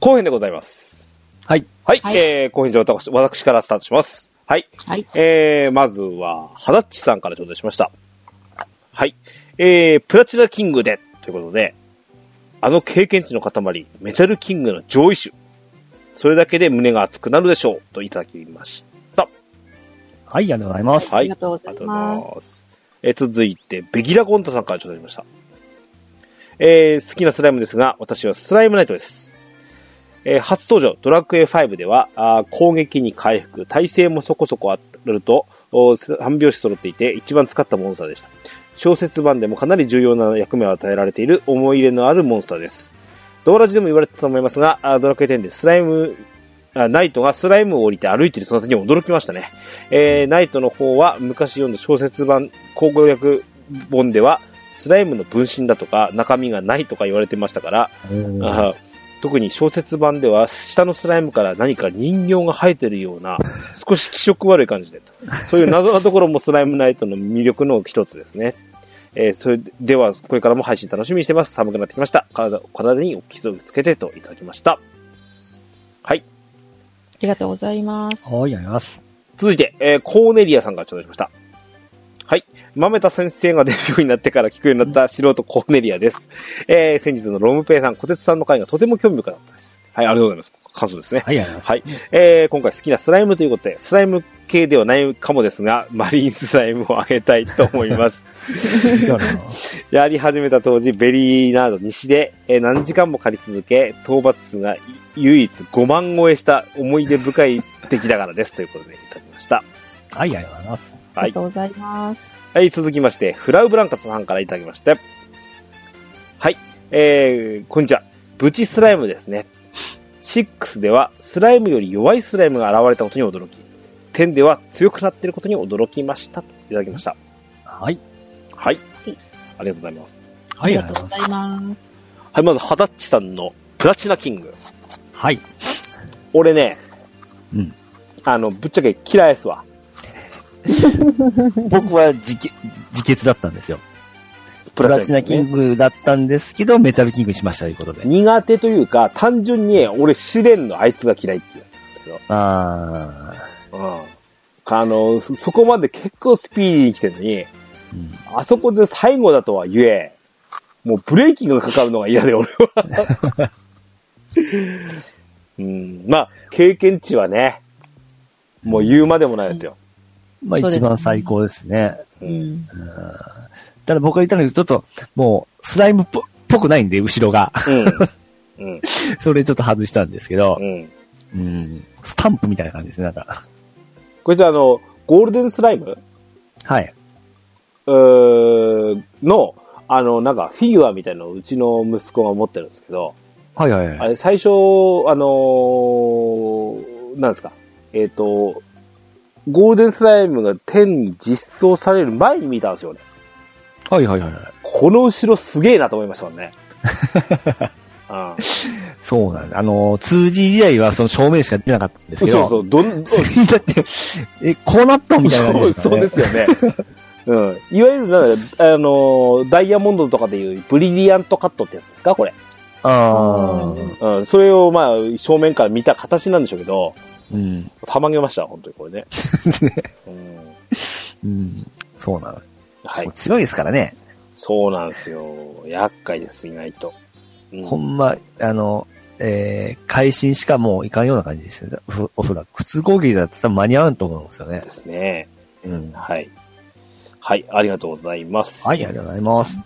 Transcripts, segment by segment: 後編でございます。はい。はい、はいえー、後編上私、私からスタートします。はい。はい。えー、まずは、はだっちさんから頂戴しました。はい。えー、プラチナキングで、ということで、あの経験値の塊、メタルキングの上位種。それだけで胸が熱くなるでしょう、といただきました。はい、ありがとうございます。はいありがとうごあざりがいとうござます。います。えー続いて、ベギラゴンタさんから頂戴しました。えー好きなスライムですが、私はスライムナイトです。えー初登場、ドラクエ5では、あー攻撃に回復、耐性もそこそこあると、おー三拍子揃っていて、一番使ったモンスターでした。小説版でもかなり重要な役目を与えられている、思い入れのあるモンスターです。ドーラジでも言われたと思いますが、あードラクエ10でスライム、あナイトがスライムを降りて歩いている姿に驚きましたね。えーナイトの方は昔読んだ小説版、考古略本では、スライムの分身だとか、中身がないとか言われてましたから、うんあー特に小説版では、下のスライムから何か人形が生えてるよう な、少し気色悪い感じでと。そういう謎なところもスライムナイトの魅力の一つですね。えーそれでは、これからも配信楽しみにしてます。寒くなってきました。体体にお気をつけてといただきました。はい。ありがとうございます。はい、ありがとうございます。続いて、えーコーネリアさんが頂戴しました。はい。豆田先生がデビューになってから聞くようになった素人コーネリアです。えー先日のロムペイさん、小鉄さんの回がとても興味深かったです。はい、ありがとうございます。感想ですね。はい、ありがとうござはいい。えー今回好きなスライムということで、スライム系ではないかもですが、マリンスライムをあげたいと思い ます。ます。はい、ありがとうございます。やり始めた当時、ベリーナード西で、えー何時間も借り続け、討伐数が唯一5万超えした思い出深い敵だからです。ということで、いただきました。はい、ありがとうございます。あはりいがと。うございます。はい、続きまして、フラウブランカさんからいただきまして。はい、えー、こんにちは。ブチスライムですね。6では、スライムより弱いスライムが現れたことに驚き、10では強くなっていることに驚きました。いただきました。はい。はい。ありがとうございます。あはい、りあがりがととううごござざいいます。はい、まず、ハダッチさんのプラチナキング。ます。はい。俺ね、うん。あの、ぶっちゃけ嫌いですわ。僕は自決、自決だったんですよ。ププラチナキねングだったんですけど、メタルキングにしましたということで。苦手というか、単純に俺試練のあいつが嫌いって言うんですけど。あうん。あの、そそこまで結構スピーディーに来てるのに、ーうん。あそこで最後だとは言え、もうブレーキがかかるのが嫌で、俺は。うん、まあ、経験値はね、もう言うまでもないですよ。まあそうです一番最高ですね。う。うんん。ただ僕が言ったのにちょっと、もう、スライムっぽっぽくないんで、後ろが。 うん。うん。それちょっと外したんですけどう、ん。うん。スタンプみたいな感じですね、なんか。こいつあの、ゴールデンスライムはい。うーの、あの、なんかフィギュアみたいなのをうちの息子が持ってるんですけど、はいはいあはい。れ、最初、あのーなんですか、えっ、と、ゴールデンスライムが天に実装される前に見たんですよね。はいはいはいはい。この後ろすげえなと思いましたもん ね。うんそうなんだ。あの、2G 時代はその正面しか出なかったんですそうけそど、う、どん、そうだって、 え、こうなったみたいな感じそうですかそうね。ですよ ね。うん。いわゆる、なんだあのーダイヤモンドとかでいうブリリアントカットってやつですか、これ。ああ。うん。それを、まあ、正面から見た形なんでしょうけど、うん。たまげました、本当にこれ ね。うん。うん。そうなの。はいそう。強いですからね。そうなんですよ。厄介です、意外と。うんほんま、あの、えー、会心しかもういかんような感じですよね。ふおそらく。普通攻撃だったら間に合わんと思うんですよねで。すね。うん。ははい。はい、ありがとうございます。い、ありがとうございます。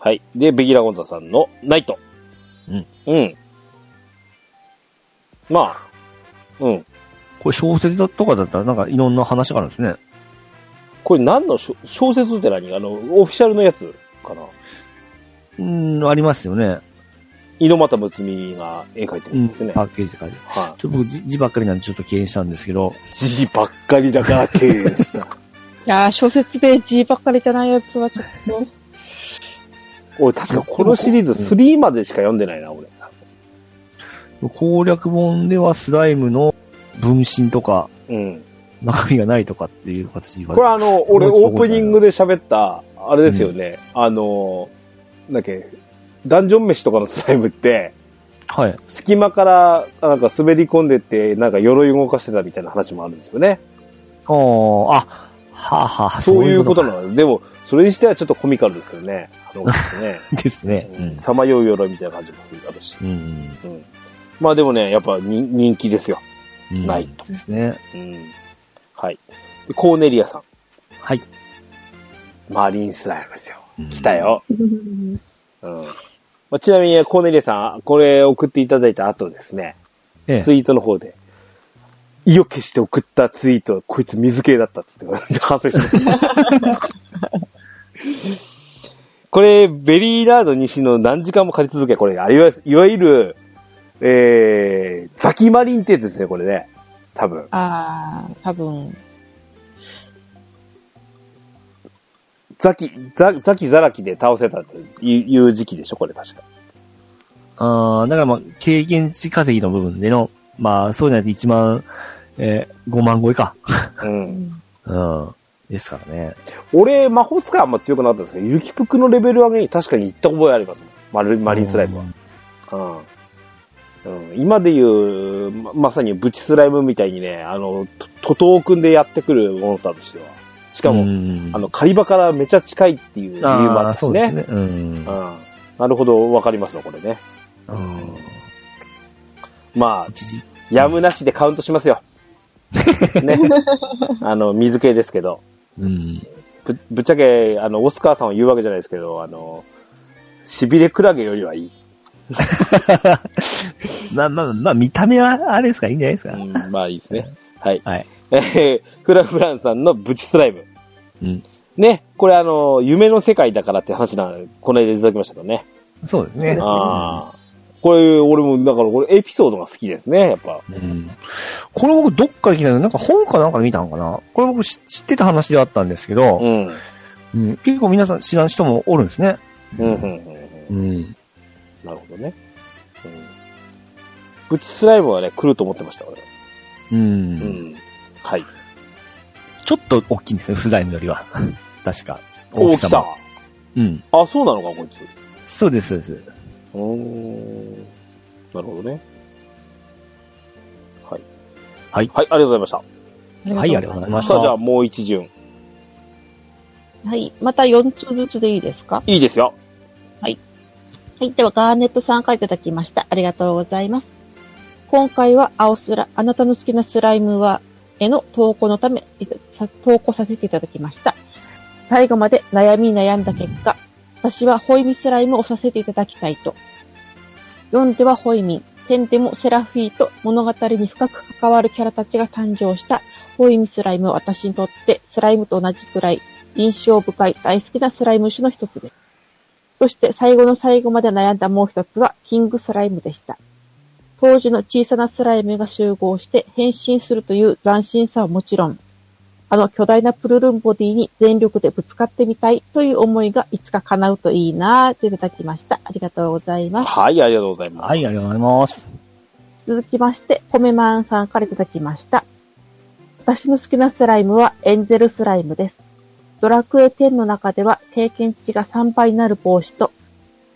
はい。で、ベギラゴンタさんのナイト。うん。うん。まあ、うん。これ小説だとかだったらなんかいろんな話があるんですね。これ何の小小説って何あの、オフィシャルのやつかなうん、ありますよね。猪俣睦美が絵描いてうるんん、ですよね。パッケージから。ちょはっと僕字字ばっかりなんでちょっと敬遠したんですけど、い。じじばっかりだから経営した。 いやー、小説で G ばっかりじゃないやつはちょっと。俺確かこのシリーズ3までしか読んでないな、俺。攻略本ではスライムの分身とか、うん。中身がないとかっていう形で言わこれれあの、俺オープニングで喋った、あれですよね。あの、なんだっけ、ダンジョン飯とかのスライムって、てはい。隙間からなんか滑り込んでって、なんか鎧動かしてたみたいな話もあるんですよね。おー、あ、はあ、はあ、そういうことなかので、でも、それにしてはちょっとコミカルですよね。あの、ですね。ですね。うんさまよう鎧みたいな感じもあるし。うん。うん。まあでもね、やっぱ人人気ですよ。うんないとですね。うん。はい。でコーネリアさはい。ん。マリンスライムですよ。うん来た。よ。うんうん。まあ、ちなみに、コーネリアさん、これ送っていただいた後ですね、ええツイートの方で、意を決して送ったツイート、こいつ水系だったっつって、 反省してます。 これ、ベリーラード西の何時間も借り続け、これ、あいわゆるいわゆる、えー、ザキマリンってやつですね、これね。多分。 あー、多分。ザキ、ザザキザラキで倒せたっていういう時期でしょ、これ確か。あーだからまあ、経験値稼ぎの部分での、まあ、そうじゃなくて1万、えー、5万超えか。う。うんんうん。ですからね。俺、魔法使いはあんま強くなかったんですけど、雪ぷくのレベル上げに確かに行った覚えありますもん。マルマリンスライムうんは。うん。うん、今でいう、ままさにブチスライムみたいにね、あの、と徒党君でやってくるモンスターとしては。しかも、うんあの、狩り場からめちゃ近いっていう理由もああっあ、たしそうでね。すね。うんう。ん。なるほど、わかりますわ、これね。うんまあ、一時、やむなしでカウントします よ。ね。あの、水系ですけど。うん。ぶぶっちゃけ、あの、オスカーさんを言うわけじゃないですけど、あの、しびれクラゲよりはいい。まあまあまあ、見た目はあれですからいいんじゃないですか。うんまあいいですね。はい。はい。えーフラフランさんのブチスライム。うん。ね、これあの、夢の世界だからって話な、この間いただきましたけどね。そうですね。ああ。これ、俺も、だからこれエピソードが好きですね、やっぱ。うん。これ僕どっかで聞いたのなんか本かなんかで見たのかなこれ僕知知ってた話ではあったんですけうど、ん。うん、うん、結構皆さん知らん人もおるんですね。うん、うんうん。うん。なるほどね。うん。ブチスライムはね、来ると思ってました、俺。う。うんん。はい。ちょっと大きいんですね、スライムよりは。確か。大きさも。。うん。あ、そうなのか、こいつ。そうです、そうです。うーん。なるほどね。はい。はいはい、ありがとうございました。はい、ありがとうございました。さあ、じゃあもう一巡。はい。また4通ずつでいいですかいいですよ。はい。では、ガーネットさんからいただきました。ありがとうございます。今回は、青スラ、あなたの好きなスライムは、への投稿のため、いたさ投稿させていただきました。最後まで悩みに悩んだ結果、私はホイミスライムをさせていただきたいと。読んではホイミン、点でもセラフィーと物語に深く関わるキャラたちが誕生したホイミスライムは私にとってスライムと同じくらい印象深い大好きなスライム種の一つです。そして最後の最後まで悩んだもう一つはキングスライムでした。当時の小さなスライムが集合して変身するという斬新さはもちろん、あの巨大なプルルンボディに全力でぶつかってみたいという思いがいつか叶うといいなぁといただきました。ありがとうございます。はい、ありがとうございます。はい、ありがとうございます。続きまして、米マンさんからいただきました。私の好きなスライムはエンゼルスライムです。ドラクエ10の中では経験値が3倍になる帽子と、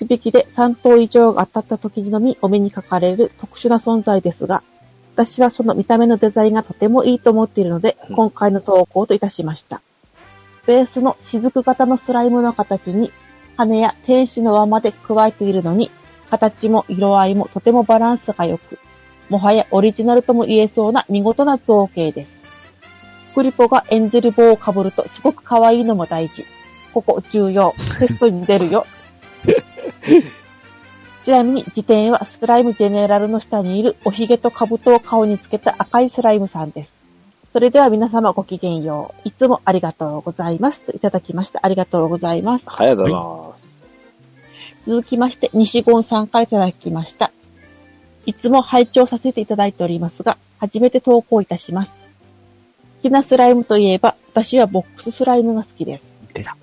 くびきで3頭以上が当たった時にのみお目にかかれる特殊な存在ですが、私はその見た目のデザインがとてもいいと思っているので、うん今回の投稿といたしました。ベースの雫型のスライムの形に、羽や天使の輪まで加えているのに、形も色合いもとてもバランスが良く、もはやオリジナルとも言えそうな見事な造形です。クリポがエンゼル棒をかぶるとすごく可愛いのも大事。ここ重要。テストに出るよ。 ちなみに辞典はスライムジェネラルの下にいるおひげとかぶとを顔につけた赤いスライムさんです。それでは皆様ごきげんよう。いつもありがとうございます。といただきました。ありがとうございます。はい、ありがとうございます。続きまして、西言さんからいただきました。いつも拝聴させていただいておりますが、初めて投稿いたします。好きなスライムといえば、私はボックススライムが好きです。出た。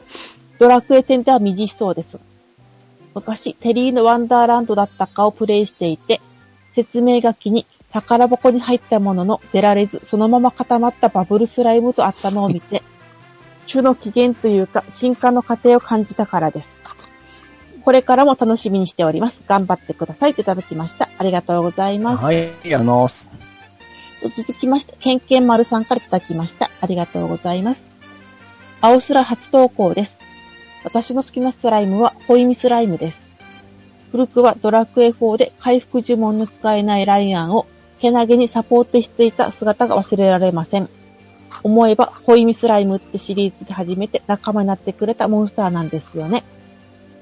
ドラクエ10では未知そうです。昔、テリーのワンダーランドだったかをプレイしていて、説明書きに宝箱に入ったものの出られず、そのまま固まったバブルスライムとあったのを見 て、種の起源というか、進化の過程を感じたからです。これからも楽しみにしております。頑張ってください。といただきました。ありがとうございます。はい、あの、続きまして、ケンケン丸さんからいただきました。ありがとうございます。青空初投稿です。私の好きなスライムは、ホイミスライムです。古くはドラクエ4で回復呪文の使えないライアンを、けなげにサポートしていた姿が忘れられません。思えば、ホイミスライムってシリーズで初めて仲間になってくれたモンスターなんですよね。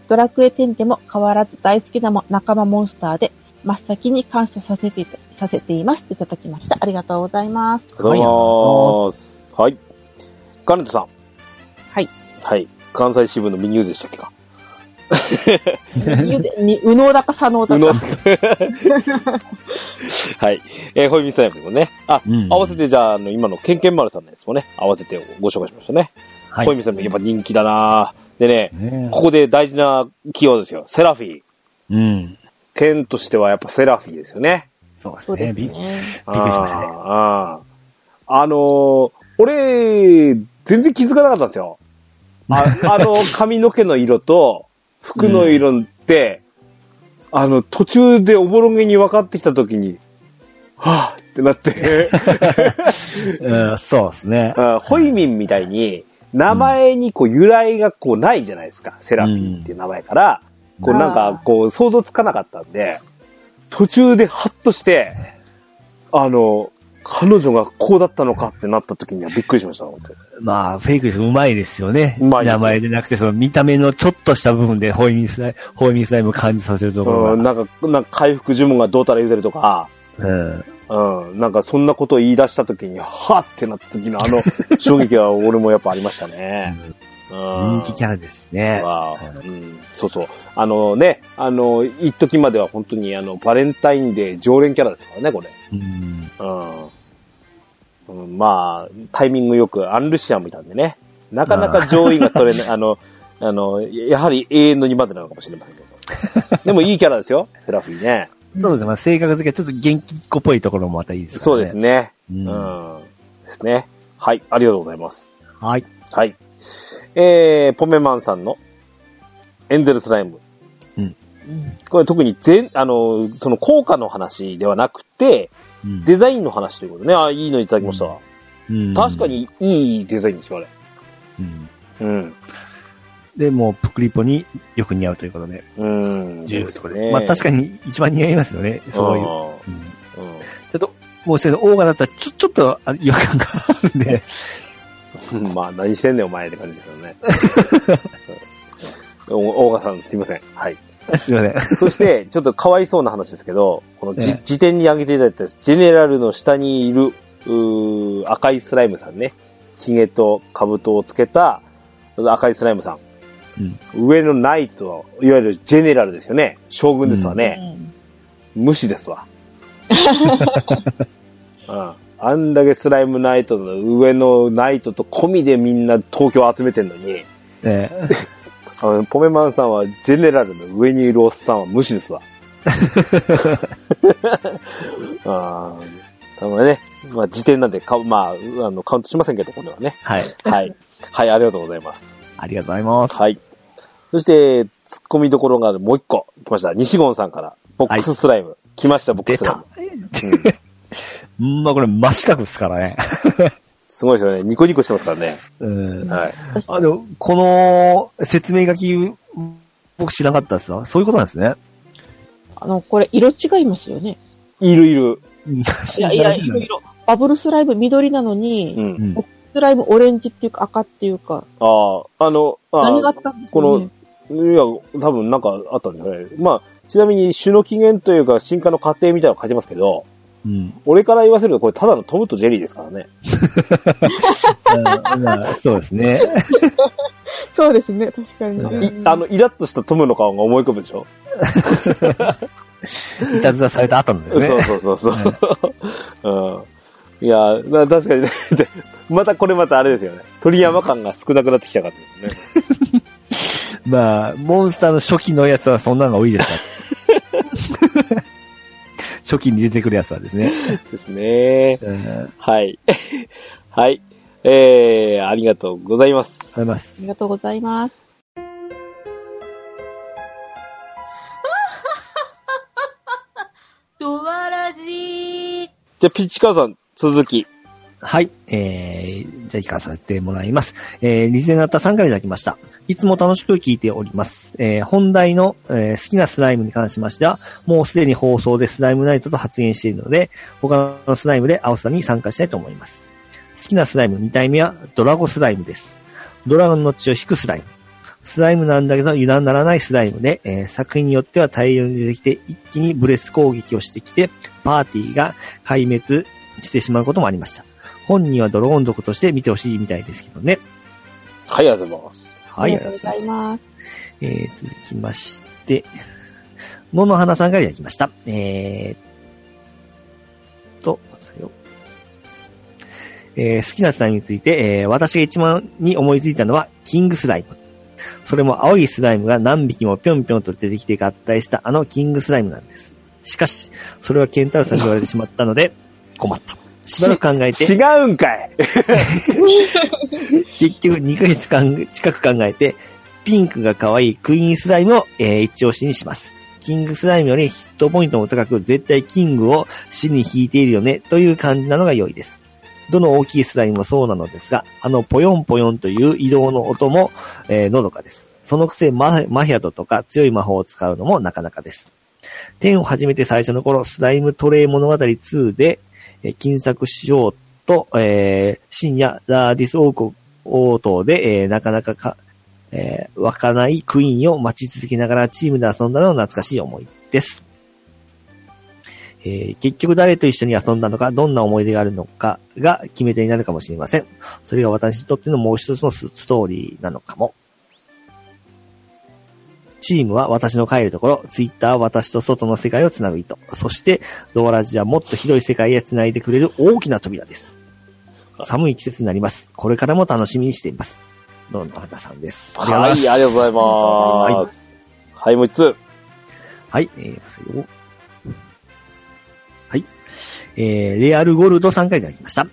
ドラクエ10でも変わらず大好きなも仲間モンスターで、真っ先に感謝させていたさせています。いただきました。ありがとうございます。ありがとうございます。はい。ガネットさん。 はい。はい。関西支部の右腕でしたっけか。ゆでに右脳だか左脳だ うの。か。はい。えー、ホイミスライムもね。あ、うん合わせてじゃあ、あの、今のケンケン丸さんのやつもね、合わせてご紹介しましたね。はホイい。ミスライムやっぱ人気だなぁでね、ねここで大事なキーワードですよ。セラフィー。うん。剣としてはやっぱセラフィーですよね。そうですそうでね。すびっね。びびっくりしましたねあーあのー俺、全然気づかなかったんです よ。ああの、髪の毛の色と服の色って、あの、途中でおぼろげに分かってきたときに、はぁってなって、うんそうですね。あホイミンみたいに、名前にこう由来がこうないじゃないですか。セラピーっていう名前から、こうなんかこう想像つかなかったんで、途中でハッとして、あの、彼女がこうだったのかってなった時にはびっくりしました、本当にまあ、フェイクです。うまいですよね。うまいです名前でなくて、その見た目のちょっとした部分で、ホイミスライム、ホイミスライムを感じさせるとこうろん、が。なんか、なんか回復呪文がどうたら言うてるとか、うん。うん、なんかそんなことを言い出した時に、はぁってなった時のあの衝撃は俺もやっぱありましたね。人人気キャラですしね。は、うん、そうそう。あのね、あの、一時までは本当にあの、バレンタインデー常連キャラですからね、これ。うん。うん。うん、まあ、タイミングよくアンルシアンもいたんでね。なかなか上位が取れない、 あの、あの、やはり永遠の2までなのかもしれませんけ ど。でもいいキャラですよ、セラフィーね。そうですね。まあ、性格付け、ちょっと元気っ子っぽいところもまたいいですよね。そうですね。う。うんはん。ですね。はい、ありがとうございます。い。はい。えー、ポメマンさんのエンゼルスライム。うんこれ特に全、あの、その効果の話ではなくて、うんデザインの話ということね。あいいのいただきましたわ。うん確か。にいいデザインですよ、あれ。うんうん。で、もう、プクリポによく似合うということで。うん。十分ということで。まあ、確かに一番似合いますよね。そういう。うう。んうん。ちょっと、もうちょっと、オーガだったら、ちょ、ちょっと、あ違和感があるんで。 まあ、何してんねん、お前って感じですよね。うんお大川さん、すいません。はい。すいません。そ して、ちょっとかわいそうな話ですけど、このじ、ええ辞典に挙げていただいたジェネラルの下にいる、うー赤いスライムさんね。ヒゲと兜をつけた赤いスライムさうん。ん。上のナイト、いわゆるジェネラルですよね。将軍ですわね。無視です わ。うん。あんだけスライムナイトの上のナイトと込みでみんな東京集めてんのに、ええあのポメマンさんはジェネラルの上にいるおっさんは無視です わ。あーたぶんね、まあ、時点なんでか、まあ、あの、カウントしませんけど、これはね。はい。はい。はい、ありがとうございます。ありがとうございます。はい。そして、突っ込みどころがあるもう一個、来ました。西ゴンさんから、ボックススライム。来ました、ボック出ススライムた。。うん、まあこれ真四角ですからね。すごいですよね。ニコニコしてますからね。 うん。はい。あ、でも、この説明書き、僕知らなかったですわ。そういうことなんですね。あの、これ、色違いますよね。いるいる。いいや いや、色々。バブルスライム緑なのうに、ん。うんスライムオレンジっていうか赤っていうか、ああ、あの、あ何がああったんですかこのね。いや、多分なんかあったんじゃないまあ、ちなみに種の起源というか進化の過程みたいなの書いてますけど、うん。 俺から言わせるとこれただのトムとジェリーですからね。うんまあそうですね。そうですね、確かに。ういあの、イラッとしたトムの顔が思い浮かぶでしょ、いたずらされた後のですね。そうそうそうそう。うん。いや、な確かにね、でまたこれまたあれですよね。鳥山感が少なくなってきたからですね。まあ、モンスターの初期のやつはそんなのが多いです から。初期に出てくるやつはですね。ですね。うん。ありがとうはい。 はい。えー、ありがとうございます。ございまありす。がとうございます。じゃあ、ピッチカーさん、続き。はい。えー、じゃあ、聞かさせてもらいます。えー、リゼナタさんからいただきました。いつも楽しく聞いております。えー、本題の、えー好きなスライムに関しましては、もうすでに放送でスライムナイトと発言しているので、他のスライムで青さに参加したいと思います。好きなスライム2体目はドラゴスライムです。ドラゴンの血を引くスライム。スライムなんだけど油断ならないスライムで、えー作品によっては大量に出てきて一気にブレス攻撃をしてきて、パーティーが壊滅してしまうこともありました。本人はドローン族として見てほしいみたいですけどね。はい、ありがとうございます。はい、ありがとうございます。えー続きまして、 野の花さんからいただきました。えー、と、待ってくださいよえー好きなスライムについて、えー私が一番に思いついたのは、キングスライム。それも青いスライムが何匹もぴょんぴょんと出てきて合体したあのキングスライムなんです。しかし、それはケンタルさんに言われてしまったので、困った。しばらく考えて、違うんかい結局2ヶ月間近く考えて、ピンクが可愛いクイーンスライムを、えー一押しにします。キングスライムよりヒットポイントも高く、絶対キングを死に引いているよね、という感じなのが良いです。どの大きいスライムもそうなのですが、あのポヨンポヨンという移動の音も、えーのどかです。そのくせママヒャドとか強い魔法を使うのもなかなかです。天を始めて最初の頃、スライムトレイ物語2で、えー金作しようと、えー深夜、ラーディス王国王党で、えーなかなかか、えー湧かないクイーンを待ち続けながらチームで遊んだのは懐かしい思いです。えー結局誰と一緒に遊んだのか、どんな思い出があるのかが決め手になるかもしれません。それが私にとってのもう一つのスストーリーなのかも。チームは私の帰るところ、ツイッターは私と外の世界をつなぐ糸、そしてドアラジはもっと広い世界へ繋いでくれる大きな扉です。寒い季節になります。これからも楽しみにしています。どうも、花さんです。ありがとうはいいござま、す。ありがとうございます。はい、もう一つ。はい、えー、ますよ。はい。えー、レアルゴルドさんからいただきました。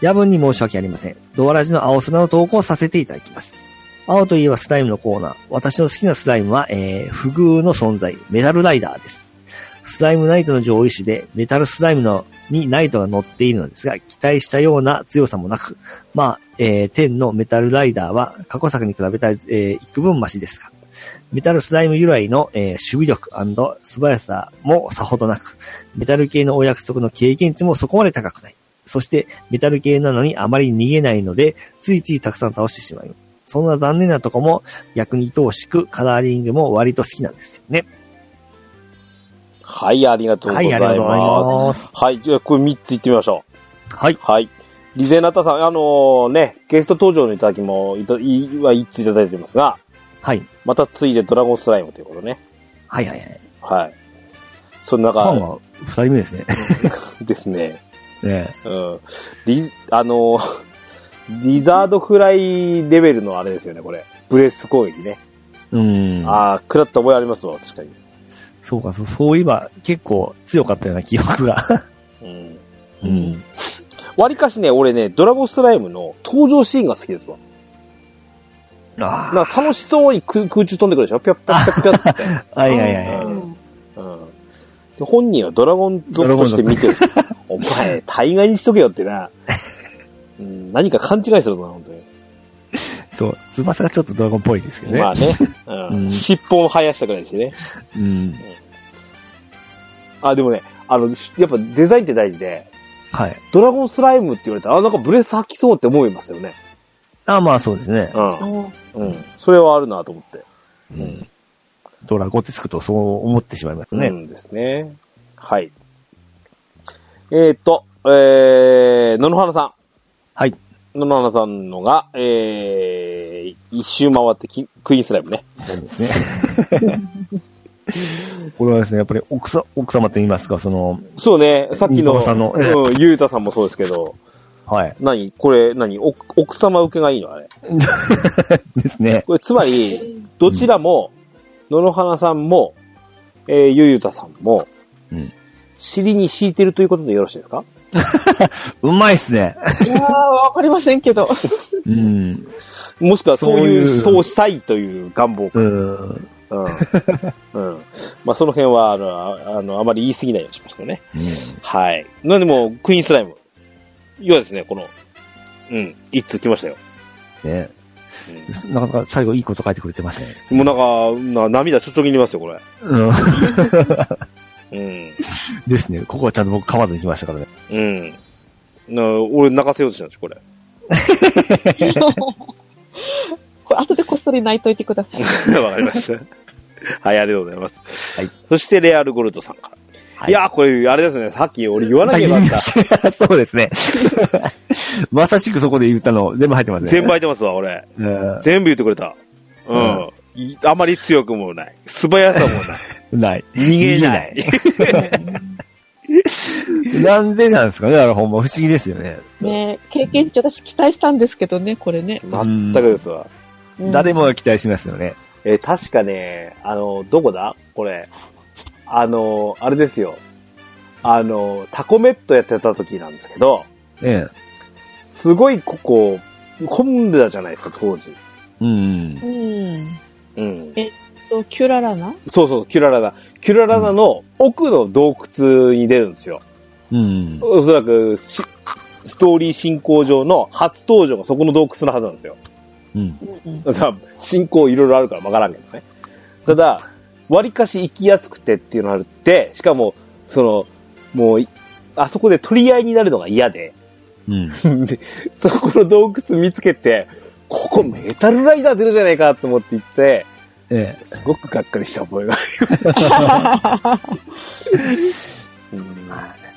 夜分に申し訳ありません。ドアラジの青空の投稿をさせていただきます。青といえばスライムのコーナー。私の好きなスライムは、えー、不遇の存在、メタルライダーです。スライムナイトの上位種で、メタルスライムのにナイトが乗っているのですが、期待したような強さもなく、まあ、えー、天のメタルライダーは過去作に比べたら、えー、幾分マシですが、メタルスライム由来の、えー守備力素早さもさほどなく、メタル系のお約束の経験値もそこまで高くない。そして、メタル系なのにあまり逃げないので、ついついたくさん倒してしまう。そんな残念なとこも逆に愛おしく、カラーリングも割と好きなんですよね。はい、ありがとうござはいい、まあす。りがはい、とうございます。じゃあ、これ3ついってみましょはい。う。はい。リゼナタさん、あのーね、ゲスト登場のいただきも、いたいは1ついただいてますが、はい。またついでドラゴンスライムということね。はい、はい、はい。はい。そのファン中は二人目ですね。 ですね、ねうん。リ、あのー リザードフライレベルのあれですよね、これ。ブレス攻撃ね。うん。ああ、食らった覚えありますわ、確かに。そうか、そう、そういえば結構強かったような記憶が。うん。 うん。わりかしね、俺ね、ドラゴンスライムの登場シーンが好きですわ。あなんか楽しそうに空空中飛んでくるでしょピャッピャッピャッピャッって。 あ。はい、はい、はい。うんうん。で、本人はドラゴン族として見 てる。お前、大概にしとけよってな。うん、何か勘違いするぞな、本当に。そう、翼がちょっとドラゴンっぽいですけどね。まあね、う。うんん尻尾を生やしたくないしね。うん。あ、でもね、あの、しやっぱデザインって大事で、はい。ドラゴンスライムって言われたら、あ、なんかブレス吐きそうって思いますよね。あまあそうですね。うおーん。うん。それはあるなと思って。うん。ドラゴンってつくとそう思ってしまいますうね。んですね。はい。えーっと、えー、野々花さん。はい。野々花さんのが、えー、一周回ってキクイーンスライムね。そう ですね。これはですね、やっぱり奥さ、奥様と言いますか、その、そうね、さっきの、野々花さんのええうん、ゆうたさんもそうですけど、はい。何これ、何お奥様受けがいいのあれ。ですね。これ、つまり、どちらも、野々花さんも、えー、ゆうたさんも、うん。尻に敷いてるということでよろしいですかうまいっすね。いやー、わかりませんけど。うん。もしくはそういう、そういうそうしたいという願望。うん。うん。うん。まあ、その辺は、あの、ああの、あまり言い過ぎないようにしますけどね。はい。なんでも、クイーンスライム。要はですね、この、うん、一通来ましたよ。ねなかなか最後いいこと書いてくれてましたね。うん、もうなんか、な涙ちょっとぎりますよ、これ。うん。うん。ですね。ここはちゃんと僕噛まずに来ましたからね。うん。な俺泣かせようとしたんですよ、これ。 これ後でこっそり泣いといてくだ さい。わかりました。はい、ありがとうございます。はいそして、レアルゴルドさんから。、はいや、これ、あれですね、さっき俺言わなきゃよかった。先に言いましたそうですね。まさしくそこで言ったの全部入ってますね。全部入ってますわ、俺。うん全部言ってくれた。うん。いあまり強くもない。素早さもない。ない。逃げない。 なんでなんですかねあれほんま不思議ですよね。ね経験値私期待したんですけどね、これね。全くですわ。うん誰もが期待しますよね。えー確かね、あの、どこだこれ。あの、あれですよ。あの、タコメットやってた時なんですけど、ええ。すごいここ、混んでたじゃないですか、当時。うんう。ん。うん。と、キュララナそうそう、キュララダ。キュララダの奥の洞窟に出るんですよ。うん。おそらくし、ストーリー進行上の初登場がそこの洞窟のはずなんですよ。うん。うん。さ進行いろいろあるからわからんけどね。ただ、割かし行きやすくてっていうのがあるって、しかも、その、もうい、あそこで取り合いになるのが嫌で、 うん。でそこの洞窟見つけて、ここメタルライダー出るじゃないかと思って行って、ええ。すごくがっかりした覚えがある。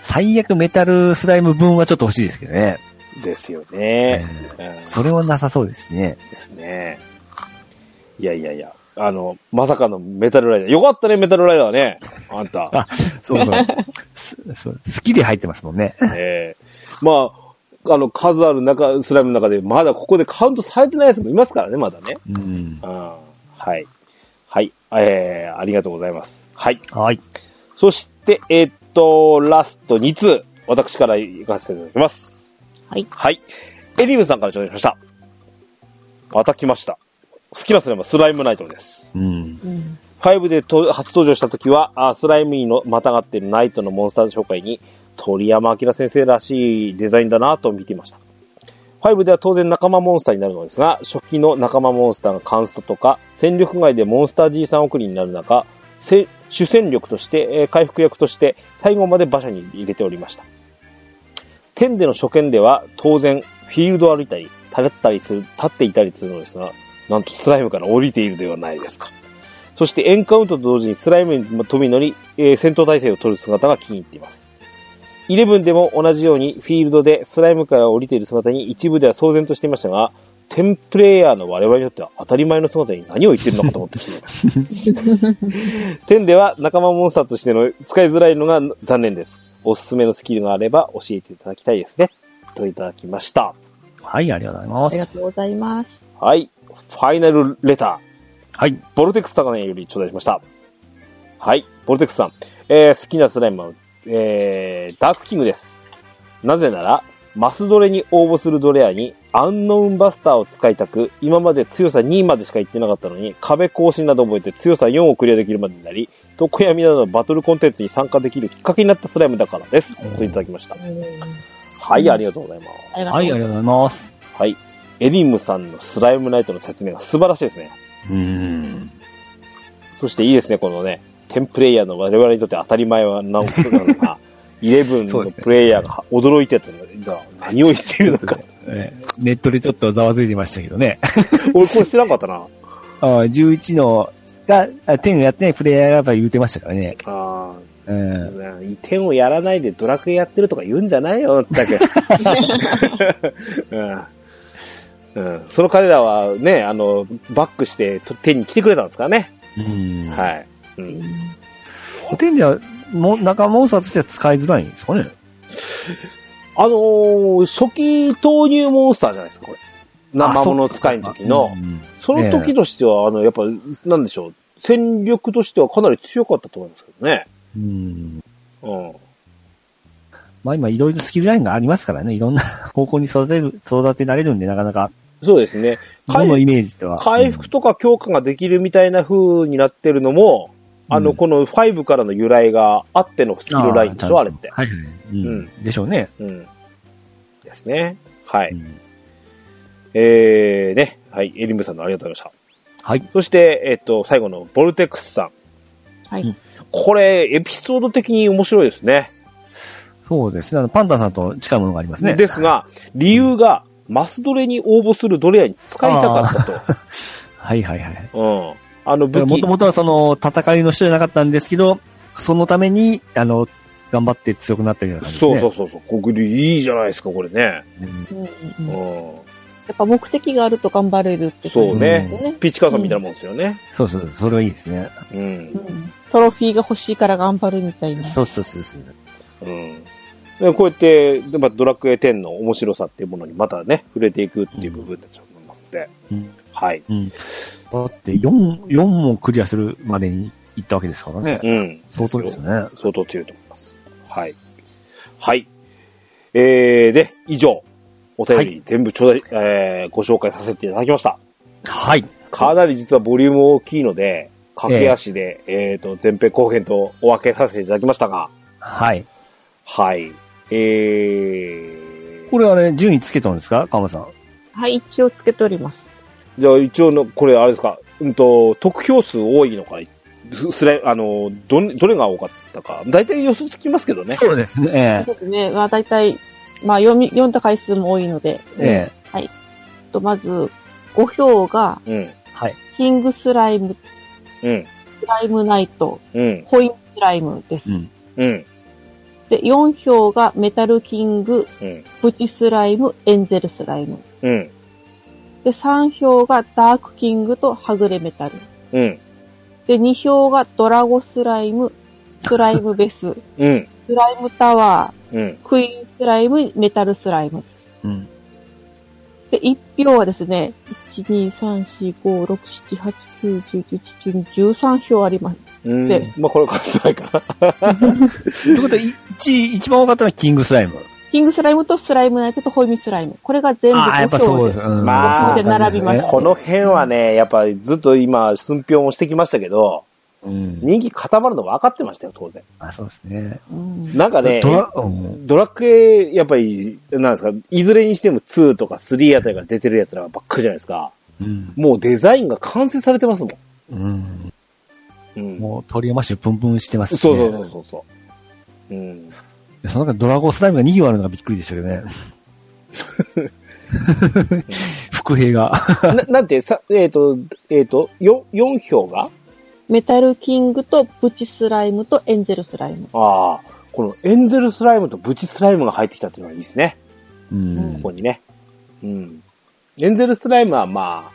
最悪メタルスライム分はちょっと欲しいですけどね。うんですよえね。えうんそれはなさそうですしね。ですね。いやいやいや、あの、まさかのメタルライダー。よかったね、メタルライダーね。あんた。そう そう。すそう好きで入ってますもんね。ええまあ、あの、数ある中、スライムの中で、まだここでカウントされてないやつもいますからね、まだね。うんう。ん。はい。はい。えー、ありがとうございます。はい。はい。そして、えーっと、ラスト2通、私から行かせていただきます。はい。はい。エリムさんから頂戴しました。また来ました。好きなスライムはスライムナイトルです。うん。うん。 5でと初登場した時は、あスライムにのまたがっているナイトのモンスター紹介に、鳥山明先生らしいデザインだなと見ていました。5では当然仲間モンスターになるのですが、初期の仲間モンスターがカンストとか、戦力外でモンスター G3 送りになる中、せ主戦力として、えー回復役として、最後まで馬車に入れておりました。天での初見では、当然、フィールドを歩いたり、立ったりする、立っていたりするのですが、なんとスライムから降りているではないですか。そしてエンカウントと同時にスライムに飛び乗り、えー戦闘態勢を取る姿が気に入っています。11でも同じようにフィールドでスライムから降りている姿に一部では騒然としていましたが、テンプレイヤーの我々にとっては当たり前の姿に何を言ってるのかと思ってしまいました。10では仲間モンスターとしての使いづらいのが残念です。おすすめのスキルがあれば教えていただきたいですね。といただきました。はい、ありがとうごあざりいまがす。とうございます。はい。ファイナルレター。はい。ボルテックス高根より頂戴しました。はい、ボルテックスさん。えー好きなスライムは、えーダークキングです。なぜなら、マスドレに応募するドレアに、アンノウンバスターを使いたく、今まで強さ2までしか言ってなかったのに、壁更新など覚えて強さ4をクリアできるまでになり、常闇などのバトルコンテンツに参加できるきっかけになったスライムだからです。うんといただきました。あはい、ありがとうございます。りがとはうい、ありがとうございます。はい。エリムさんのスライムナイトの説明が素晴らしいですね。うん。そしていいですね、このね、10プレイヤーの我々にとって当たり前はなことなの か、11そうのですねプレイヤーが驚いてたのが、何を言ってるのか。えーネットでちょっとざわついてましたけどね。俺これ知らんかったな。 あー11のが、あ10やってないプレイヤーがやっぱり言うてましたからね。あうん。あ、移転をやらないでドラクエやってるとか言うんじゃないよ、だ け。うんうん、その彼らはね、あの、バックしてと手に来てくれたんですからね。うん。はい。う、うんん天では、も、中モンスターとしては使いづらいんですかねあのー初期投入モンスターじゃないですか、これ。生物使いの時の。うんその時としては、あの、やっぱ、なんでしょう。戦力としてはかなり強かったと思いますけどね。うん。うん。 まあ今いろいろスキルラインがありますからね、いろんな方向に育てる、育てられるんでなかなかそうですね。どのイメージでは。回復とか強化ができるみたいな風になってるのも、あの、うんこの5からの由来があってのスキルラインでしょ、あれって。はいはい。うんうんでしょうね。うん。ですね。はい。うんえー、ね。はい。エリムさんのありがとうございましはいた。。そして、えっと、最後のボルテックスさん。はい。これ、エピソード的に面白いですね。そうですね。あの、パンダさんと近いものがありますね。ですが、理由が、マスドレに応募するドレアに使いたかったはいはいはい。と。うん。あの、武も器と。もとはその、戦いの人じゃなかったんですけど、そのために、あの、頑張って強くなったような感じですそね。うそうそうそう。これいいじゃないですか、これね。うんうんうんうやん。っぱ目的があると頑張れるってそうねですよね。ピッチカーさんみたいなもんですよね。そうそう、それはいいですね。うんう。んトロフィーが欲しいから頑張るみたいな。そうそうそうそう。うん。でこうやって、でまあ、ドラクエ10の面白さっていうものにまたね、触れていくっていう部分だと思いますので、うん。はい。うん。だって、4、4もクリアするまでに行ったわけですからね。うん。相当ですよね。相当強いと思います。はい。はい。えー、で、以上、お便はり全部ちょうだい、えー、ご紹介させていただきました。はい。かなり実はボリューム大きいので、駆け足で、えー、と、前編後編とお分けさせていただきましたが、はい。はい。えー、これあれ、順位つけたんですか河村さん。はい、一応つけております。じゃあ一応の、これあれですか、うんと、得票数多いのか、すすれ、あの、どん、どれが多かったか、大体予想つきますけどね。そうですね。えそうですね。まあ大体、まあ読み、読んだ回数も多いので、え。えとまず、5票が、うん、え。はい。キングスライム、うん、スライムナイト、うん、コインスライムですう。ん。うん、で、4票がメタルキング、うん、プチスライム、エンゼルスライム。うん、で、3票がダークキングとはぐれメタル。うん、で、2票がドラゴスライム、スライム ベス、うん、スライムタワうん、ー、クイーンスライム、メタルスライム。うん。で、1票はですね、1、2、3、4、5、6、7、8、9、10、11、12、13票あります。うんで。まあ、これ数ないかな。 ということは、一位、一番多かったのはキングスライム。キングスライムとスライムナイトとホイミスライム。これが全部ああ、やっぱ5そ票うで。。ですうん、まあそういう感じですね並びますこの辺はね、やっぱりずっと今、寸評もしてきましたけど、うん。人気固まるの分かってましたよ、当然。あそうですね。うんなんかね、ドラ、うんドラクエ、やっぱり、なんですか、いずれにしても2とか3あたりが出てるやつらばっかりじゃないですか。うん。もうデザインが完成されてますもん。うん。うん。もう、鳥山市をプンプンしてますそうしそね。うそうそうそう。うん。 でその中、ドラゴンスライムが2行あるのがびっくりでしたけど ね。伏兵が。ななんて、さ、えっ、と、えっ、と、よ、4票がメタルキングとブチスライムとエンゼルスライム。ああ、このエンゼルスライムとブチスライムが入ってきたっていうのはいいですね。うんここにね。うん。エンゼルスライムはま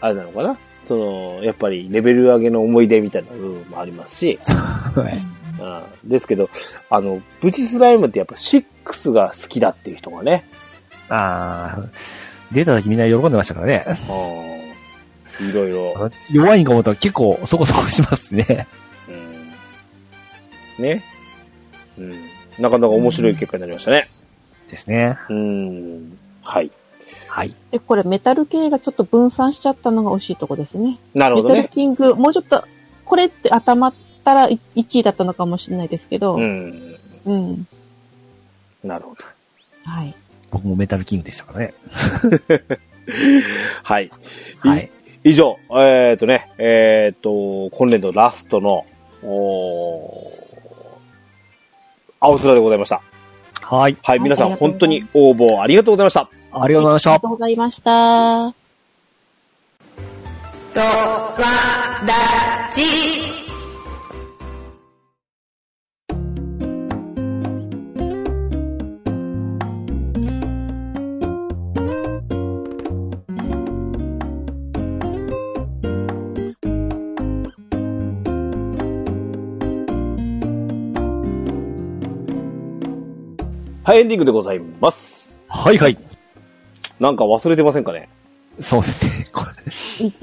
あ、あれなのかなその、やっぱりレベル上げの思い出みたいな部分もありますし、はいうん。ですけど、あの、ブチスライムってやっぱ6が好きだっていう人がね、ああ、出た時みんな喜んでましたからね。うん。いろいろ。弱いんか思ったら結構そこそこしますしね。うん。ですね。うん。なかなか面白い結果になりましたね。ですね。うん。はい。はい。で、これメタル系がちょっと分散しちゃったのが惜しいとこですね。なるほどメタルね。キング、もうちょっと、これって頭ったら1位だったのかもしれないですけど、ううん。ん。なるほど。はい。僕もメタルキングでしたからね。はい。はい。以上、えっ、とね、えっ、と、今年度ラストの、おー青空でございました。はい。はい、い皆さありんがとう本ご当ざいにます応募ありがとうございました。ありがとうございましありたがと。うございました。はい、エンディングでございます。はいはい。なんか忘れてませんかねそうですね。こ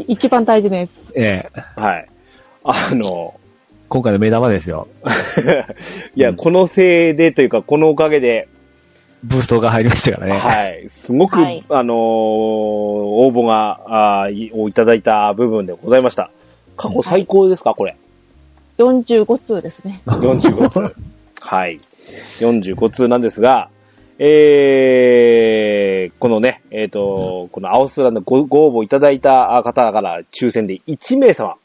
い一番大事なやつ。れええはい。あの、 今回の目玉ですよ。いや、うんこのせいでというか、このおかげで、ブーストが入りましたからね。はい。すごく、はいあのー応募が、あーいをいただいた部分でございました。過去最高ですか、これ。 45通ですね。 45通。はい。45通なんですが、えー、このね、えっ、と、この青空のごご応募いただいた方から抽選で1名様、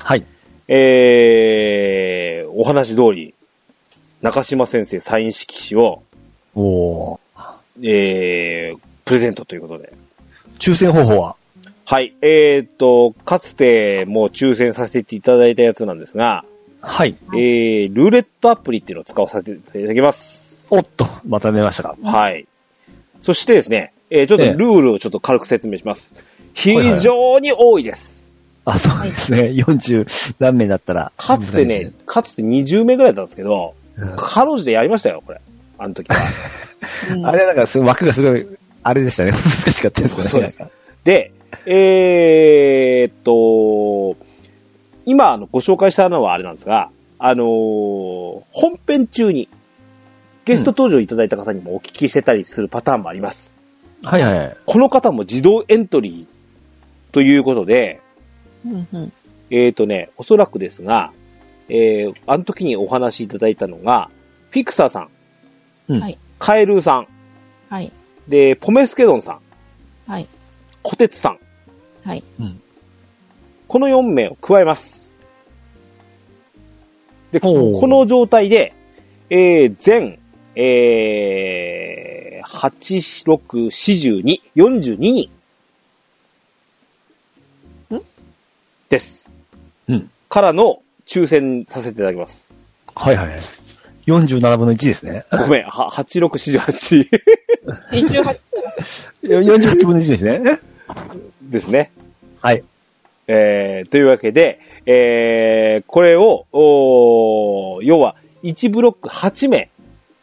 はい。えー、お話通り、中島先生サイン色紙を、おーえー、プレゼントということで。抽選方法ははい。えーっと、かつてもう抽選させていただいたやつなんですが、はい。はいえー、ルーレットアプリっていうのを使わさせていただきます。おっと、また出ましたか。はい。そしてですね、えーちょっとええルールをちょっと軽く説明します。非はいはい常に多いです。あ、そうですね。40何名だったら。かつてね、かつて20名ぐらいだったんですけど、うん。彼女でやりましたよ、これ。あの時 は。うんあれ、だからすごい枠がすごい、あれでしたね。 難しかったですね。そうですで、えーっと、今あのご紹介したのはあれなんですが、あのー本編中にゲスト登場いただいた方にもお聞きしてたりするパターンもあります。はいはい。この方も自動エントリーということで、うんうんえーっとね、おそらくですが、えー、あの時にお話しいただいたのが、フィクサーさん、うんはいカエルーさん、はい、で、ポメスケドンさん、はい、コテツさん、はい。うん。この4名を加えます。で、おーこの状態で、えー、全、えー、8、6、42、42人。んです。うん。からの抽選させていただきます。はいはい。47分の1ですね。ごめん、は8、6、48 28 48分の1ですね。ですね。はい。えーというわけで、えーこれを、おー要は、1ブロック8名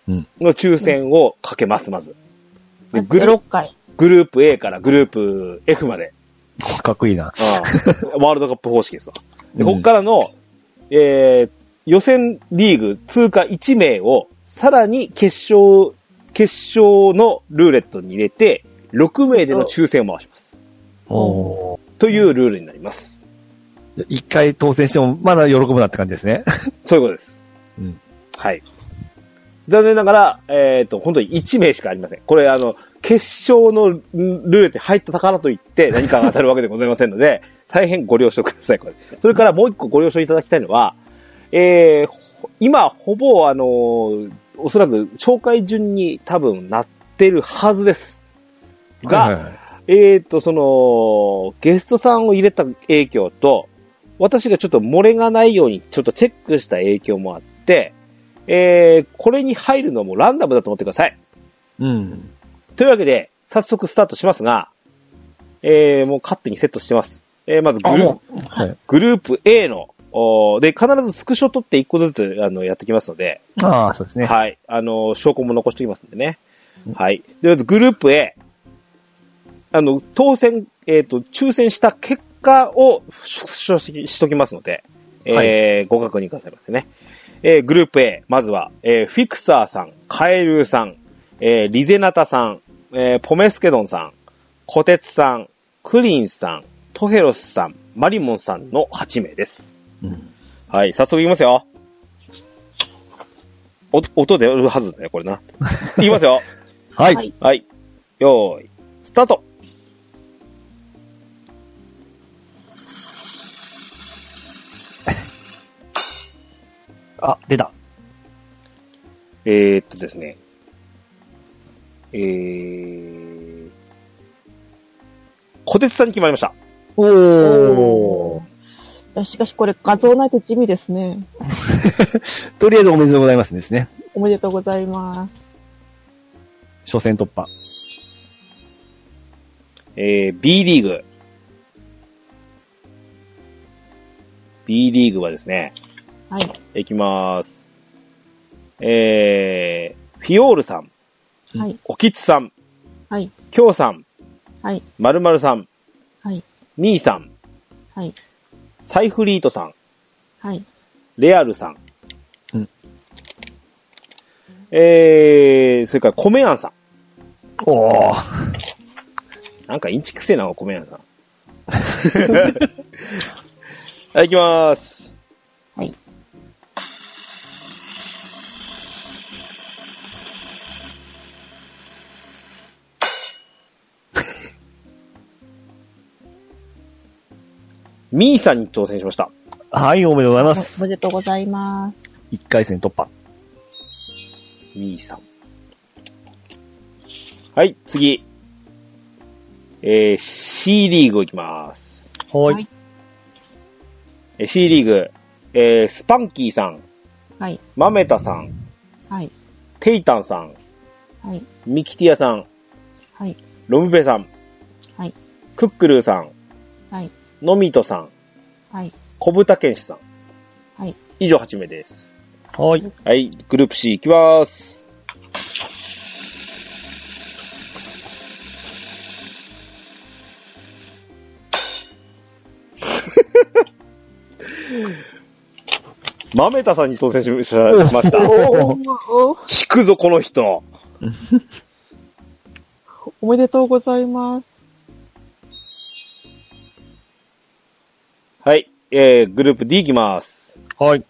うんの抽選をかけます、まず。でグル6回。グループ A からグループ F まで。かっこいいな。 うんワールドカップ方式ですわ。で、うんこっからの、えー予選リーグ通過1名を、さらに決勝、決勝のルーレットに入れて、6名での抽選を回します。おというルールになります。ー一回当選しても、まだ喜ぶなって感じですね。そういうことです。うん。はい。残念ながら、えっ、と、本当に1名しかありません。これ、あの、決勝のルーレットに入ったからといって何かが当たるわけでございませんので、 大変ご了承ください、これ。それからもう一個ご了承いただきたいのは、えーほ今、ほぼ、あのーおそらく紹介順に多分なってるはずです。が、はいはいはいえっ、と、その、ゲストさんを入れた影響と、私がちょっと漏れがないようにちょっとチェックした影響もあって、えー、これに入るのもランダムだと思ってください。うん。というわけで、早速スタートしますが、えー、もう勝手にセットしてます。えー、まずグあ、ルもう、はい。グループ A の、おーで、必ずスクショ取って1個ずつ、あの、やってきますので、ああ、そうですね。はい。あの、証拠も残しておきますんでねうん。はい。で、まずグループ A。あの、当選、えっ、と、抽選した結果を出所ししときますので、えーはご確認くださいませね。えーグループ A、まずは、えーフィクサーさん、カエルーさん、えーリゼナタさん、えーポメスケドンさん、コテツさん、クリンさん、トヘロスさん、マリモンさんの8名です。うんはい、早速いきますよ。お、音出るはずだよ、これな。いきますよ。はい。はいはい。よーい、スタートあ、出た。えー、っとですね。えー、小鉄さんに決まりました。おー。いやしかしこれ画像ないと地味ですね。とりあえずおめでとうございますですね。おめでとうございます。初戦突破。えー、B リーグ。B リーグはですね、はい。いきまーす。えー、フィオールさん、はい。おきつさん、はい。きょうさん、はい。まるまるさん、はい。みーさん、はい。サイフリートさん、はい。レアルさん。うんえー、えー、それから米庵さん。おー。なんかインチくせえな、米庵さん。はい、行きまーす。はい。ミーさんに挑戦しました。はい、おめでとうございまおす。めでとうございます。一回戦突破。ミーさん。はい、次。えー、C リーグ行きます。ははいい。えー C リーグ、えー、スパンキーさん、はい。マメタさん、はい。テイタンさん、はい。ミキティアさん、はい。ロムペさん、はいクックルーさん、はい。ノミトさん、はい。小豚健志さん。はい。以上8名です。はい。はい、グループ C 行きます。 マメタさんに当選しました。おお引くぞ、この人。おめでとうございます。はい、えー、グループ D 行きます。はい。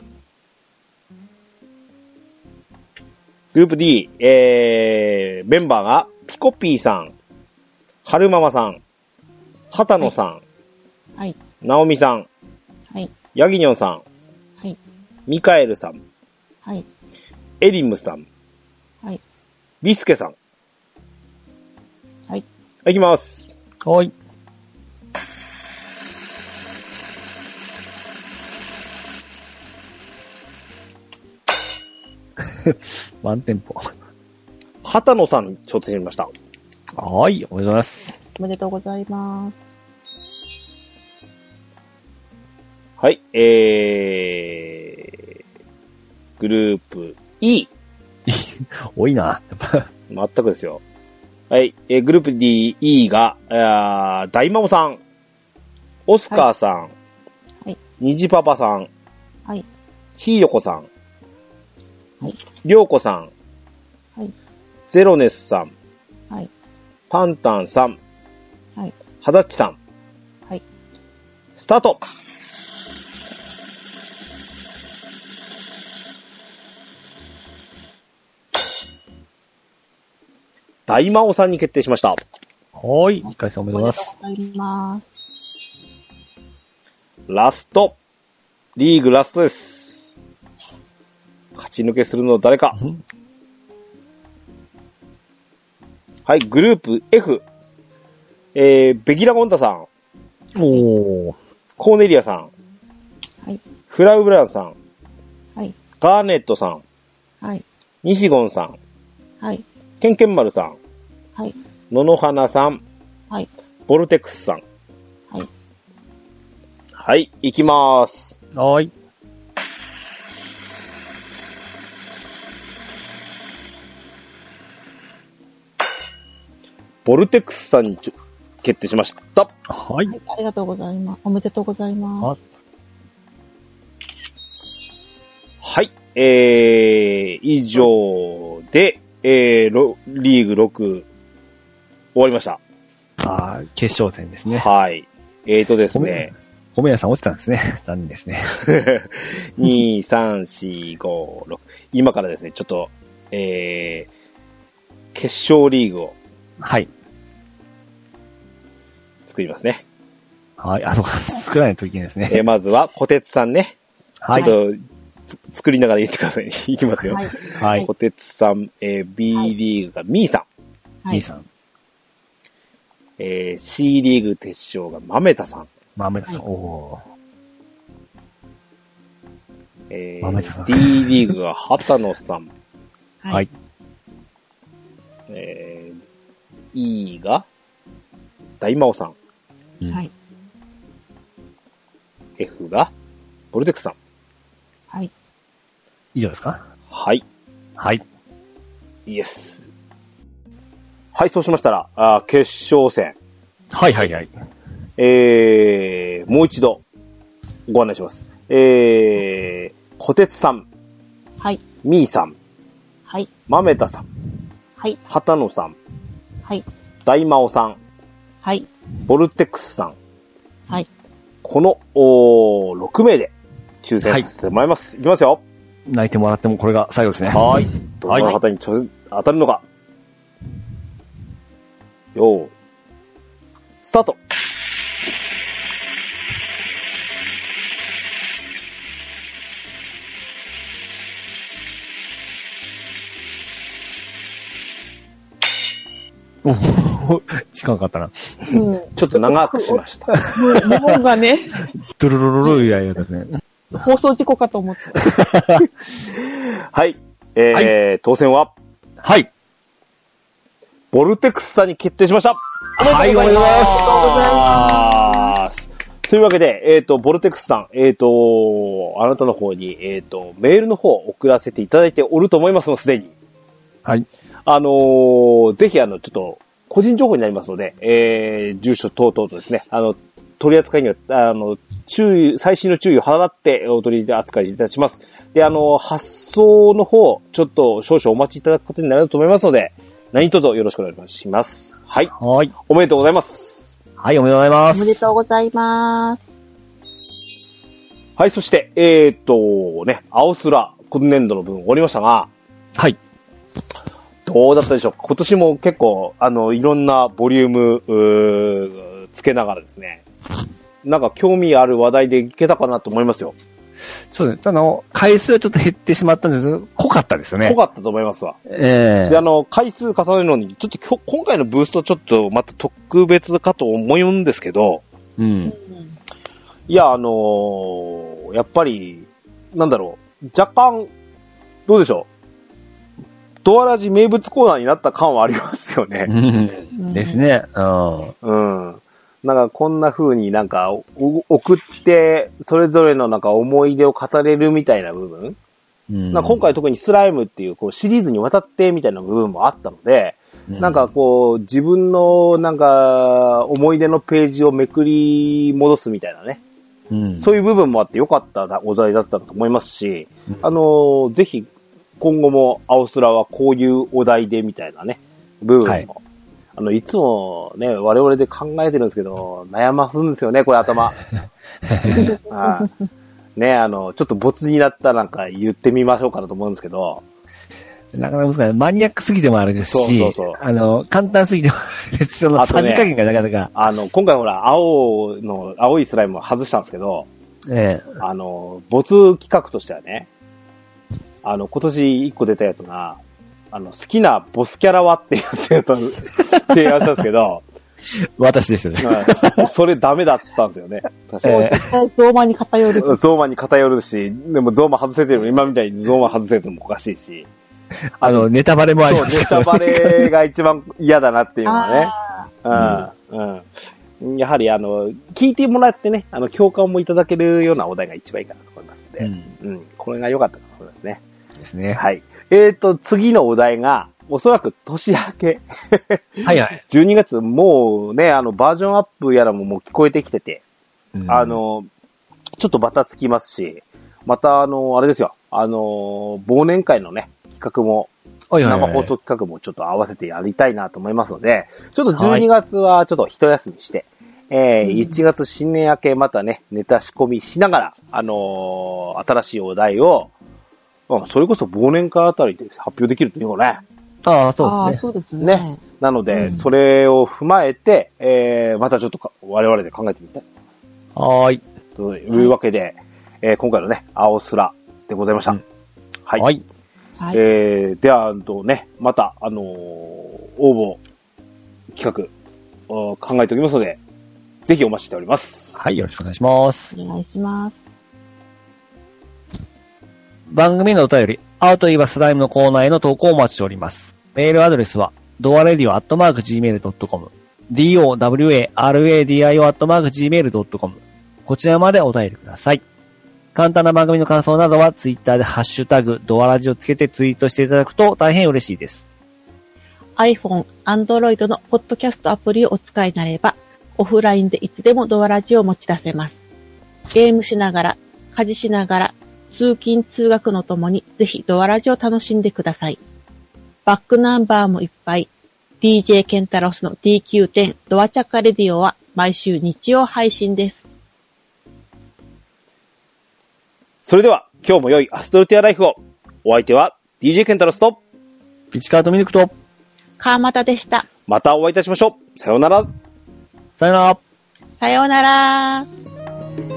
グループ D、えー、メンバーが、ピコピーさん、はるままさん、はたのさはい。ん、なおみさん、はい。ヤギニョンさん、はい。ミカエルさん、はい。エリムさん、はい。ビスケさん。はい。いきます。はい。 ワンテンポ。畑野さんに挑戦しました。はい、おめでとうございます。おめでとうございます。はい、えー、グループ E。多いな。やっぱ全くですよ。はい、えーグループ D、E が、あー大魔王さん、オスカーさん、はい。ニジパパさん、はい。ひよこさん、はい。りょうこさん、はい。ゼロネスさん、はい。パンタンさん、はい。はだっちさん。はい。スタート大魔王さんに決定しました。はい、一回戦おめでとうございます。おめでとうございます。ラスト。リーグラストです。勝ち抜けするの誰か。うんはい、グループ F。えー、ベギラゴンタさん、おー。コーネリアさん、はい。フラウブランさん、はい。ガーネットさん、はい。ニシゴンさん、はい。ケンケンマルさん、はい。野々花さん、はい。ボルテックスさん。はい。はい、行きまーす。はい。ボルテックスさんにちょ決定しました。はい。はいありがとうございます。おめでとうございます。はい。えー、以上で、えー、ロリーグ6、終わりました。あー決勝戦ですね。はい。えーとですね、米屋さん落ちたんですね。 残念ですね。 2、3、4、5、6。今からですね、ちょっと、えー、決勝リーグをはい。作ります ね。はい、あの、少ないといけないですえー、ね。まずは、小鉄さんね。はちい。ょっとつ、作りな がら言ってください。いきますよ。はい。はい。小鉄さん、えー、B リーグがミーさん、は B い。さん、えー、C リーグ鉄勝がマメタさん、マメダさん、はおえマメター、さん D リーグが畑野さ ん、ー。はい。。えー、E が大魔王さん、うんはい。 F がボルテックスさん。はい。以上ですかはい、はい。イエス。はい、そうしましたら、あー決勝戦、はいはいはい。えー、もう一度ご案内します。えー、小鉄さん、はい。ミーさん、はい。マメタさん、はい、畑野さん、はい、大魔王さん、はい、ボルテックスさん、はい。この、おー6名で抽選させてもらいます。い、きますよ。泣いてもらってもこれが最後ですね。はーい。どんな方にちょ当たるのか。よー。スタートおお時間かかったな。うん。ちょっと長くしました。日本が ね、ドゥルルルルいやいやですね。放送事故かと思った。はい。えー当選は、はい。ボルテックスさんに決定しましたはい、おめでとうございます。あーというわけで、えっ、と、ボルテックスさん、えっ、と、あなたの方に、えっ、と、メールの方を送らせていただいておると思いますの、すでに。はい。あのーぜひ、あの、ちょっと、個人情報になりますので、えー、住所等々とですね、あの、取り扱いには、あの、注意、最新の注意を払ってお取り扱いいたします。で、あの、発送の方、ちょっと少々お待ちいただくことになると思いますので、何卒よろしくお願いします。はい。はい。おめでとうございます。はい、おめでとうございま。おめですとうございます。はい、そして、えーっと、ね、青空、今年度の分終わりましたが、はい。どうだったでしょうか今年も結構、あの、いろんなボリューム、うーつけながらですね、なんか興味ある話題でいけたかなと思いますよ。そうですね。あの、回数はちょっと減ってしまったんですけど、濃かったですよね濃。かったと思いますわ。ええで、あの、回数重ねるのに、ちょっと今日今回のブーストちょっとまた特別かと思うんですけど、う。うんん。いや、あのーやっぱり、なんだろう、若干、どうでしょう。ドアラジ名物コーナーになった感はありますようね。ん。ですね。うん。うん。なんかこんな風になんかお送って、それぞれのなんか思い出を語れるみたいな部分。うんなんか今回、特にスライムっていうこうシリーズにわたってみたいな部分もあったので、なんかこう自分のなんか思い出のページをめくり戻すみたいなね。うん、そういう部分もあって良かったお題だったと思いますし、うんあのーぜひ今後も青空はこういうお題でみたいなね、部分も。はいいあの、いつもね、我々で考えてるんですけど、悩ますんですよね、これ 頭。はいね、あの、ちょっと没になったなんか言ってみましょうかなと思うんですけど、なかなか難しい。マニアックすぎてもあれですし、そうそうそうあの、簡単すぎてもあれですし、そのあとねさじ加減がなかなか、あの、今回ほら、青の、青いスライムを外したんですけど、ええあの、没企画としてはね、あの、今年1個出たやつが、あの、好きなボスキャラはってやつを提案したんですけど、私ですよね。うんそれダメだって言ったんですよね。確かに。ええローマに偏る。ゾーマに偏るし、でもゾーマ外せてる今みたいにゾーマ外せてもおかしいし、あの、ネタバレもありそう、まネすかタら、バレが一番嫌だなっていうのはね。あうん。うん。やはり、あの、聞いてもらってね、あの、共感もいただけるようなお題が一番いいかなと思いますの うで、んうん、これが良かったかと思いますね。ですね。はい。えーと、次のお題が、おそらく年明け。はいはい。 12月、もうね、あの、バージョンアップやらももう聞こえてきてて、うんあ、の、ちょっとバタつきますし、また、あの、あれですよ、あの、忘年会のね、企画も、はいはい生はい放送企画もちょっと合わせてやりたいなと思いますので、ちょっと12月はちょっと一休みして、えー、1月新年明けまたね、ネタ仕込みしながら、あのー新しいお題を、うんそれこそ忘年会あたりで発表できるというかね。ああ、あそうあでー、すね。そうですねね。なので、うんそれを踏まえて、えー、またちょっとか我々で考えてみたい。はーい。というわけで、えー今回のね、青空でございました。うんはい。はい。はい。えー、では、あのね、また、あのー応募企画、うん考えておきますので、ぜひお待ちしております。はい、よろしくお願いします。お願いします。番組のお便り、青といえばスライムのコーナーへの投稿をお待ちしております。メールアドレスは、ドアレディオアットマーク Gmail.com、dowaradio アットマーク Gmail.com、こちらまでお便りください。簡単な番組の感想などは、ツイッターでハッシュタグ、ドアラジをつけてツイートしていただくと大変嬉しいです。 iPhone、Android のポッドキャストアプリをお使いになれば、オフラインでいつでもドアラジを持ち出せます。ゲームしながら、家事しながら、通勤通学のともに、ぜひドアラジを楽しんでください。バックナンバーもいっぱい。DJ ケンタロスの DQ10 ドアチャカレディオは毎週日曜配信です。それでは、今日も良いアストルティアライフを。お相手は、DJ ケンタロスと、ピチカートミルクと、川又でした。またお会いいたしましょう。さようなら。さよなら。さようなら。